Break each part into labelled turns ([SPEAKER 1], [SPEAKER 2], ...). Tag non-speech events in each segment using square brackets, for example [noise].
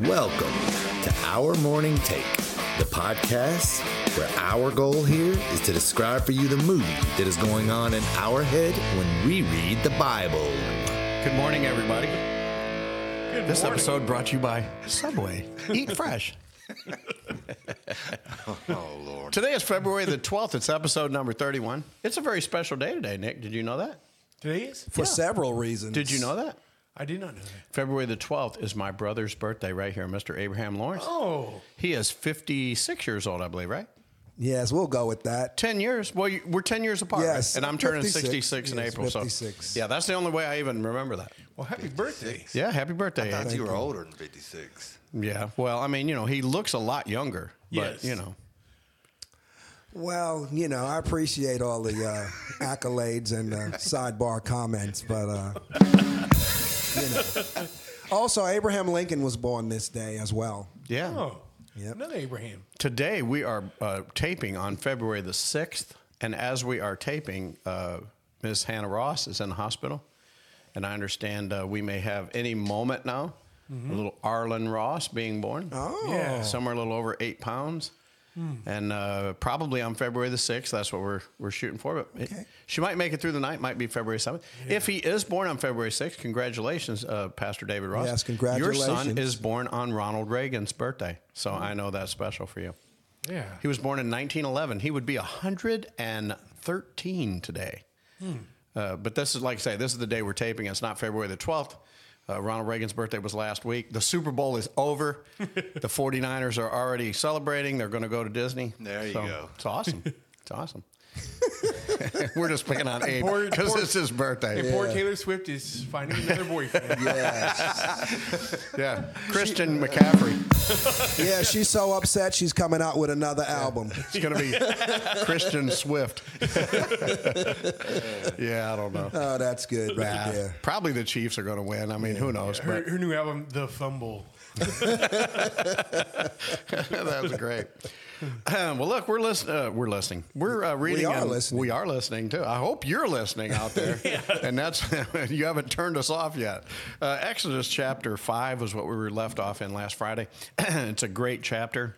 [SPEAKER 1] Welcome to Our Morning Take, the podcast where our goal here is to describe for you the movie that is going on in our head when we read the Bible.
[SPEAKER 2] Good morning, everybody.
[SPEAKER 3] Good
[SPEAKER 2] This
[SPEAKER 3] morning.
[SPEAKER 2] episode brought to you by Subway. Eat
[SPEAKER 3] [laughs]
[SPEAKER 2] fresh.
[SPEAKER 3] Oh Lord.
[SPEAKER 2] Today is February the 12th. It's episode number 31. It's a very special day today, Nick. Did you know that?
[SPEAKER 3] Today is?
[SPEAKER 4] for several reasons.
[SPEAKER 2] Did you know that?
[SPEAKER 3] I did not know that.
[SPEAKER 2] February the 12th is my brother's birthday right here, Mr. Abraham Lawrence.
[SPEAKER 3] Oh.
[SPEAKER 2] He is 56 years old, I believe, right?
[SPEAKER 4] Yes, we'll go with that.
[SPEAKER 2] 10 years. Well, you, we're 10 years apart. right?
[SPEAKER 4] Yes,
[SPEAKER 2] And I'm turning
[SPEAKER 4] 56.
[SPEAKER 2] 66 in
[SPEAKER 4] Yes,
[SPEAKER 2] April.
[SPEAKER 4] 56.
[SPEAKER 2] So, yeah, that's the only way I even remember that.
[SPEAKER 3] Well, happy birthday.
[SPEAKER 2] Yeah, happy birthday.
[SPEAKER 5] I
[SPEAKER 2] Abe.
[SPEAKER 5] thought you were older than 56.
[SPEAKER 2] Yeah. Well, I mean, you know, he looks a lot younger, but,
[SPEAKER 3] Yes.
[SPEAKER 2] you know.
[SPEAKER 4] Well, you know, I appreciate all the uh, [laughs] accolades and uh, sidebar comments, but uh, [laughs] you know. Also, Abraham Lincoln was born this day as well.
[SPEAKER 2] Yeah.
[SPEAKER 3] Oh.
[SPEAKER 4] Yep.
[SPEAKER 3] Another Abraham.
[SPEAKER 2] Today we are uh, taping on February the sixth, and as we are taping, uh, Ms. Hannah Ross is in the hospital, and I understand uh, we may have any moment now
[SPEAKER 5] Mm-hmm.
[SPEAKER 2] a little Arlen Ross being born.
[SPEAKER 4] Oh.
[SPEAKER 3] Yeah.
[SPEAKER 2] somewhere a little over eight pounds,
[SPEAKER 4] Hmm.
[SPEAKER 2] and uh, probably on February the sixth. That's what we're we're shooting for. But it-
[SPEAKER 4] Okay.
[SPEAKER 2] she might make it through the night. Might be February seventh. If he is born on February sixth, congratulations, uh, Pastor David Ross.
[SPEAKER 4] Yes,
[SPEAKER 2] Your son
[SPEAKER 4] congratulations.
[SPEAKER 2] is born on Ronald Reagan's birthday, so I know that's special for you.
[SPEAKER 3] Yeah.
[SPEAKER 2] He was born in 1911. He would be 113 today. Uh, but this is, like I say, this is the day we're taping. It's not February the 12th. Uh, Ronald Reagan's birthday was last week. The Super Bowl is over. the 49ers are already celebrating. They're going to go to Disney.
[SPEAKER 5] There you go.
[SPEAKER 2] It's awesome.
[SPEAKER 5] [laughs]
[SPEAKER 2] It's awesome. [laughs] we're just picking on Abe
[SPEAKER 3] Poor-
[SPEAKER 2] because
[SPEAKER 3] poor-
[SPEAKER 2] it's his
[SPEAKER 3] and
[SPEAKER 2] birthday.
[SPEAKER 3] poor Taylor Swift is finding another boyfriend.
[SPEAKER 2] Yeah. Christian McCaffrey.
[SPEAKER 4] Yeah, she's so upset she's coming out with another album.
[SPEAKER 2] It's going to
[SPEAKER 5] [laughs]
[SPEAKER 2] be Christian Swift. [laughs] yeah, I don't know.
[SPEAKER 4] Oh, that's good right
[SPEAKER 2] Yeah.
[SPEAKER 4] there.
[SPEAKER 2] Probably the Chiefs are going to win. I mean, who knows?
[SPEAKER 3] her, her new album, The Fumble.
[SPEAKER 2] But [laughs] that was great. Um, well, look, we're listening. Uh, we're listening. We're uh, reading.
[SPEAKER 4] are
[SPEAKER 2] and
[SPEAKER 4] listening.
[SPEAKER 2] We are listening too. I hope you're listening out there, and that's [laughs] you haven't turned us off yet. Uh, Exodus chapter five was what we were left off in last Friday. [clears throat] it's a great chapter.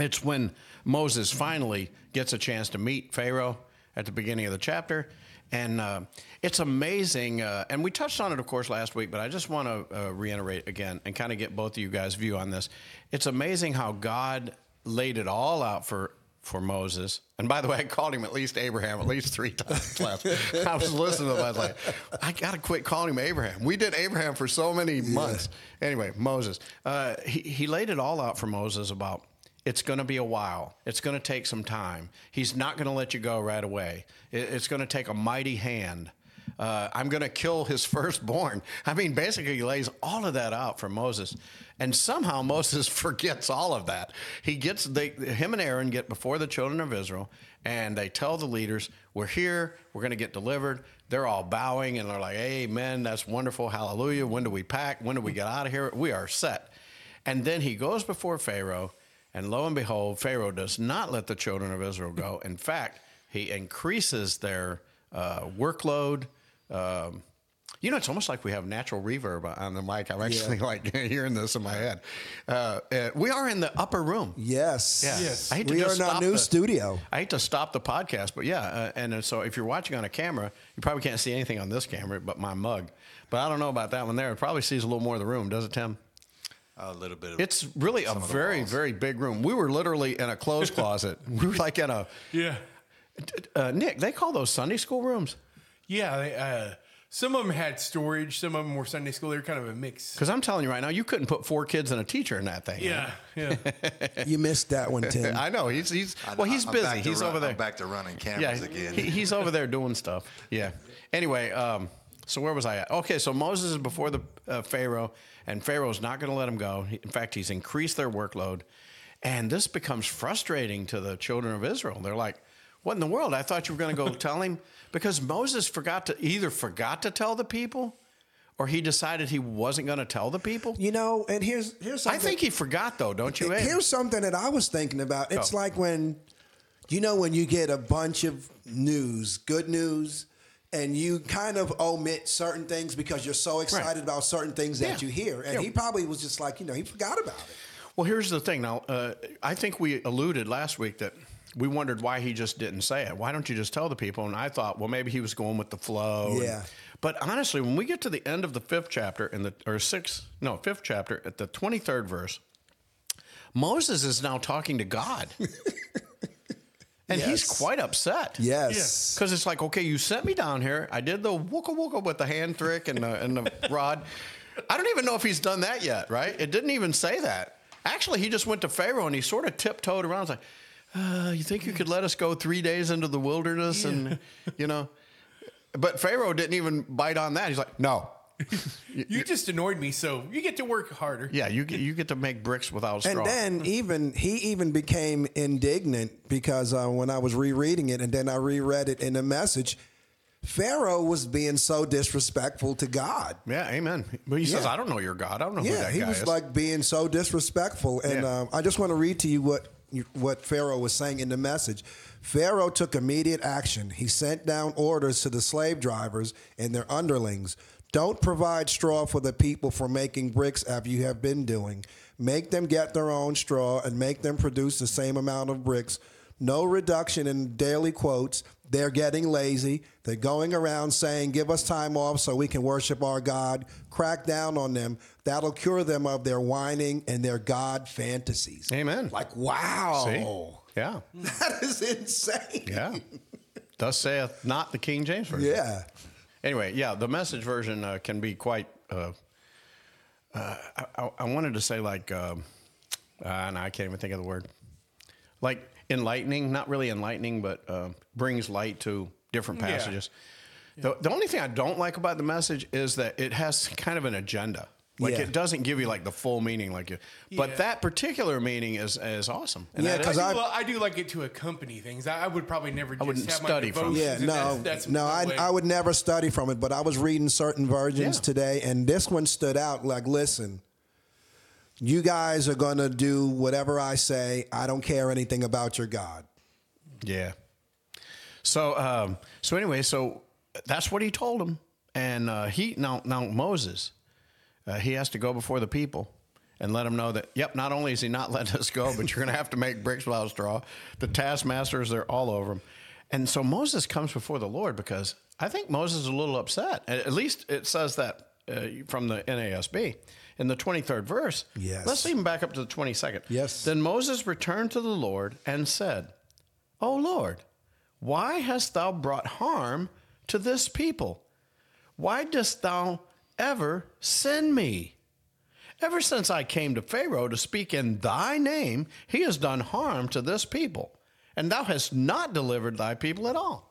[SPEAKER 2] It's when Moses finally gets a chance to meet Pharaoh at the beginning of the chapter. And uh, it's amazing. Uh, and we touched on it, of course, last week, but I just want to uh, reiterate again and kind of get both of you guys' view on this. It's amazing how God laid it all out for. For Moses, and by the way, I called him at least Abraham at least three [laughs] times last. I was listening to him. I was like, I gotta quit calling him Abraham. We did Abraham for so many months. Anyway, Moses, uh, he he laid it all out for Moses about it's going to be a while. It's going to take some time. He's not going to let you go right away. It- It's going to take a mighty hand. Uh, I'm going to kill his [laughs] firstborn. I mean, basically, he lays all of that out for Moses, and somehow [laughs] Moses forgets all of that. He gets they, him and Aaron get before the children of Israel, and they tell the leaders, "We're here. We're going to get delivered." They're all bowing and they're like, "Amen. That's wonderful. Hallelujah. When do we pack? When do we get out of here? We are set." And then he goes before Pharaoh, and lo and behold, Pharaoh does not let the children of Israel
[SPEAKER 4] [laughs]
[SPEAKER 2] go. In fact, he increases their uh, workload. Um, you know, it's almost like we have natural reverb on the mic. I'm actually like [laughs] hearing this in my head. Uh, uh, we are in the upper room.
[SPEAKER 4] Yes.
[SPEAKER 2] Yeah.
[SPEAKER 3] Yes.
[SPEAKER 2] I hate to
[SPEAKER 4] We are
[SPEAKER 2] just
[SPEAKER 4] in our
[SPEAKER 2] stop
[SPEAKER 4] new
[SPEAKER 2] the-
[SPEAKER 4] studio.
[SPEAKER 2] I hate to stop the podcast, but yeah. Uh, and uh, so if you're watching on a camera, you probably can't see anything on this camera but my mug. But I don't know about that one there. It probably sees a little more of the room, does it, Tim?
[SPEAKER 5] A little bit of
[SPEAKER 2] It's really a
[SPEAKER 5] some of the
[SPEAKER 2] very,
[SPEAKER 5] walls.
[SPEAKER 2] very big room. We were literally in a clothes closet. [laughs] We were like in a
[SPEAKER 3] Yeah.
[SPEAKER 2] uh, Nick. They call those Sunday school rooms
[SPEAKER 3] Yeah. They, uh, some of them had storage. Some of them were Sunday school. They were kind of a mix.
[SPEAKER 2] because I'm telling you right now, you couldn't put four kids and a teacher in that thing.
[SPEAKER 3] Yeah. Yeah.
[SPEAKER 4] You missed
[SPEAKER 2] [laughs]
[SPEAKER 4] that one, Tim.
[SPEAKER 2] I know he's he's
[SPEAKER 5] I-
[SPEAKER 2] well, he's
[SPEAKER 5] I'm back
[SPEAKER 2] busy.
[SPEAKER 5] to
[SPEAKER 2] He's
[SPEAKER 5] run-
[SPEAKER 2] over there.
[SPEAKER 5] I'm back to running
[SPEAKER 2] yeah,
[SPEAKER 5] cameras again.
[SPEAKER 2] he- he's over there doing stuff.
[SPEAKER 5] [laughs]
[SPEAKER 2] Yeah. Anyway, um, so where was I at? Okay, so Moses is before the uh, Pharaoh, and Pharaoh's not going to let him go. He- In fact, he's increased their workload, and this becomes frustrating to the children of Israel. They're like, "What in the world? I thought you were going
[SPEAKER 5] [laughs]
[SPEAKER 2] to go tell him because Moses forgot to either forgot to tell the people, or he decided he wasn't going to tell the people."
[SPEAKER 4] you know, and here's here's
[SPEAKER 2] I
[SPEAKER 4] something.
[SPEAKER 2] think he forgot though, don't you? Abe?
[SPEAKER 4] Here's something that I was thinking about. It's
[SPEAKER 2] Oh.
[SPEAKER 4] like when, you know, when you get a bunch of news, good news, and you kind of omit certain things because you're so excited about certain things that
[SPEAKER 2] Yeah.
[SPEAKER 4] you hear. And
[SPEAKER 2] Yeah.
[SPEAKER 4] he probably was just like, you know, he forgot about it.
[SPEAKER 2] Well, here's the thing. Now, uh, I think we alluded last week that we wondered why he just didn't say it. Why don't you just tell the people? And I thought, well, maybe he was going with the flow. and-
[SPEAKER 4] Yeah.
[SPEAKER 2] but honestly, when we get to the end of the fifth chapter and the or sixth, no, fifth chapter at the twenty third verse, Moses is now talking to
[SPEAKER 4] [laughs]
[SPEAKER 2] God, and he's
[SPEAKER 4] Yes.
[SPEAKER 2] quite upset.
[SPEAKER 4] Yes.
[SPEAKER 2] Because it's like, okay, you sent me down here. I did the wooka wooka with the hand trick and the, and the [laughs] rod. I don't even know if he's done that yet, right? It didn't even say that. Actually, he just went to Pharaoh and he sort of tiptoed around. It's like, uh, you think you could let us go three days into the wilderness and, [laughs] you know? But Pharaoh didn't even bite on that. He's like, no.
[SPEAKER 3] [laughs] You just annoyed me, so you get to work harder.
[SPEAKER 2] Yeah, you get, you get to make bricks without straw.
[SPEAKER 4] And then even he even became indignant because uh, when I was rereading it and then I reread it in the message, Pharaoh was being so disrespectful to God.
[SPEAKER 2] yeah, amen. But he says, I don't know your God. I don't know who
[SPEAKER 4] Yeah,
[SPEAKER 2] that
[SPEAKER 4] he
[SPEAKER 2] guy
[SPEAKER 4] was
[SPEAKER 2] is.
[SPEAKER 4] like being so disrespectful. And
[SPEAKER 2] Yeah.
[SPEAKER 4] um, I just want to read to you what what Pharaoh was saying in the message. Pharaoh took immediate action. He sent down orders to the slave drivers and their underlings. Don't provide straw for the people for making bricks as you have been doing. Make them get their own straw and make them produce the same amount of bricks. No reduction in daily quotes. They're getting lazy. They're going around saying, Give us time off so we can worship our God. Crack down on them. That'll cure them of their whining and their God fantasies.
[SPEAKER 2] amen.
[SPEAKER 4] Like, wow.
[SPEAKER 2] See?
[SPEAKER 4] "Oh."
[SPEAKER 2] Yeah.
[SPEAKER 4] That is insane. [laughs]
[SPEAKER 2] Yeah. Thus saith not the King James Version.
[SPEAKER 4] Yeah.
[SPEAKER 2] Anyway, yeah, the message version uh, can be quite. Uh, uh, I- I, I wanted to say like, um uh, and I can't even think of the word. Like enlightening, not really enlightening, but uh, brings light to different
[SPEAKER 3] Yeah.
[SPEAKER 2] passages. The, the only thing I don't like about the message is that it has kind of an agenda. Like
[SPEAKER 4] Yeah.
[SPEAKER 2] it doesn't give you like the full meaning, like you. But
[SPEAKER 3] Yeah.
[SPEAKER 2] that particular meaning is is awesome. And
[SPEAKER 4] Yeah,
[SPEAKER 2] that is-
[SPEAKER 4] 'cause
[SPEAKER 3] I
[SPEAKER 4] I-
[SPEAKER 3] do, li- I do like it to accompany things. I, I would probably never just
[SPEAKER 2] wouldn't
[SPEAKER 3] have
[SPEAKER 2] study
[SPEAKER 3] my
[SPEAKER 2] from it.
[SPEAKER 3] devotions
[SPEAKER 4] Yeah,
[SPEAKER 3] and that's,
[SPEAKER 4] no,
[SPEAKER 3] that's
[SPEAKER 4] no,
[SPEAKER 3] my
[SPEAKER 4] I,
[SPEAKER 3] way.
[SPEAKER 4] I would never study from it, but I was reading certain versions
[SPEAKER 2] Yeah.
[SPEAKER 4] today, and this one stood out. Like, listen, you guys are going to do whatever I say. I don't care anything about your God.
[SPEAKER 2] Yeah. So um, so anyway, so that's what he told him, and uh, he now now Moses, uh, he has to go before the people and let them know that yep, not only is he not [laughs] letting us go, but you're going to have to make bricks without straw. The taskmasters they're all over him, and so Moses comes before the Lord because I think Moses is a little upset. At at least it says that. Uh, from the NASB in the 23rd verse.
[SPEAKER 4] Yes.
[SPEAKER 2] Let's even back up to the 22nd.
[SPEAKER 4] Yes.
[SPEAKER 2] Then Moses returned to the Lord and said, O Lord, why hast thou brought harm to this people? Why dost thou ever send me? Ever since I came to Pharaoh to speak in thy name, he has done harm to this people, and thou hast not delivered thy people at all.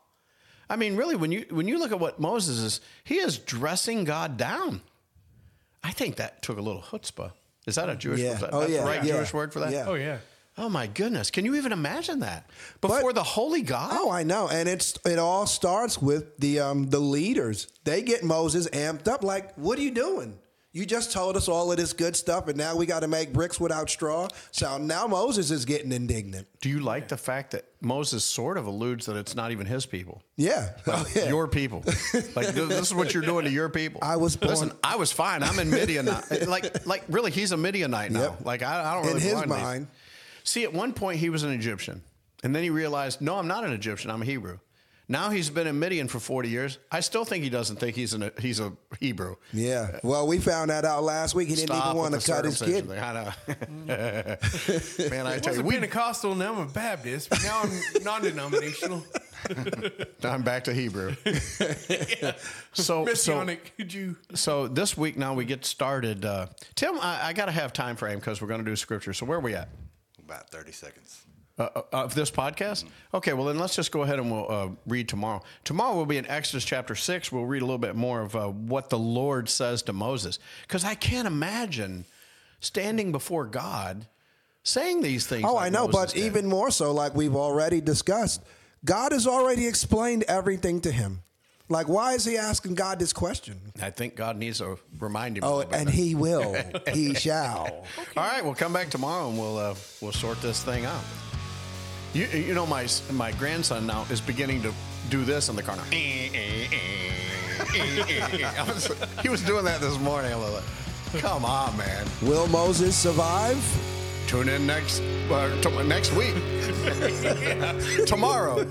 [SPEAKER 2] I mean, really, when you when you look at what Moses is, he is dressing God down. I think that took a little chutzpah. Is that a Jewish
[SPEAKER 4] Yeah.
[SPEAKER 2] word? Is that
[SPEAKER 4] Oh,
[SPEAKER 2] that's the
[SPEAKER 4] yeah.
[SPEAKER 2] right
[SPEAKER 4] Yeah.
[SPEAKER 2] Jewish word for that?
[SPEAKER 4] Yeah.
[SPEAKER 3] Oh yeah.
[SPEAKER 2] Oh my goodness! Can you even imagine that before the holy God?
[SPEAKER 4] Oh, I know, and it's it all starts with the um, the leaders. They get Moses amped up, like, "What are you doing? You just told us all of this good stuff, and now we got to make bricks without straw." So now Moses is getting indignant.
[SPEAKER 2] Do you like the fact that Moses sort of alludes that it's not even his people?
[SPEAKER 4] Yeah,
[SPEAKER 2] [laughs]
[SPEAKER 4] oh, yeah.
[SPEAKER 2] Your people, like th- this is what you're doing to your people.
[SPEAKER 4] I was born-
[SPEAKER 2] Listen, I was fine. I'm in Midian.
[SPEAKER 4] [laughs]
[SPEAKER 2] like, like really, he's a Midianite now.
[SPEAKER 4] Yep.
[SPEAKER 2] Like, I, I don't really
[SPEAKER 4] in his
[SPEAKER 2] belong to these-
[SPEAKER 4] mind.
[SPEAKER 2] See, at one point he was an Egyptian, and then he realized, no, I'm not an Egyptian. I'm a Hebrew. Now he's been in Midian for 40 years. I still think he doesn't think he's an he's a Hebrew.
[SPEAKER 4] Yeah. Well, we found that out last week. He didn't
[SPEAKER 2] Stop
[SPEAKER 4] even
[SPEAKER 2] with
[SPEAKER 4] want
[SPEAKER 2] the
[SPEAKER 4] to cut his
[SPEAKER 2] circumcision
[SPEAKER 4] kid.
[SPEAKER 2] thing. I
[SPEAKER 4] [laughs]
[SPEAKER 2] know. [laughs] Man, I
[SPEAKER 3] I
[SPEAKER 2] tell
[SPEAKER 3] was
[SPEAKER 2] you,
[SPEAKER 3] a
[SPEAKER 2] we
[SPEAKER 3] Pentecostal, now I'm a Baptist, but now I'm [laughs] non-denominational,
[SPEAKER 2] I'm back to
[SPEAKER 4] [laughs]
[SPEAKER 2] Hebrew. So, so,
[SPEAKER 3] messianic [laughs] Jew.
[SPEAKER 2] so this week now we get started. Uh, Tim, I, I got to have time frame because we're going to do scripture. So where are we at
[SPEAKER 5] About 30 seconds.
[SPEAKER 2] uh, uh, of this podcast?
[SPEAKER 4] Mm-hmm.
[SPEAKER 2] Okay, well then let's just go ahead and we'll uh, read tomorrow. Tomorrow we'll be in Exodus chapter six. We'll read a little bit more of uh, what the Lord says to Moses because I can't imagine standing before God saying these things.
[SPEAKER 4] Oh,
[SPEAKER 2] like
[SPEAKER 4] I know,
[SPEAKER 2] Moses
[SPEAKER 4] but
[SPEAKER 2] did.
[SPEAKER 4] even more so, like we've already discussed, God has already explained everything to him. Like, why is he asking God this question?
[SPEAKER 2] I think God needs to remind him. a
[SPEAKER 4] Oh,
[SPEAKER 2] little bit
[SPEAKER 4] and
[SPEAKER 2] better.
[SPEAKER 4] he will. he shall.
[SPEAKER 2] [laughs] All right, we'll come back tomorrow and we'll uh, we'll sort this thing out. You, you know, my my grandson now is beginning to do this in the car. now. [laughs] I was- he was doing that this morning. I was like, come on, man.
[SPEAKER 4] Will Moses survive?
[SPEAKER 2] Tune in next uh, to- next week. [laughs] Tomorrow.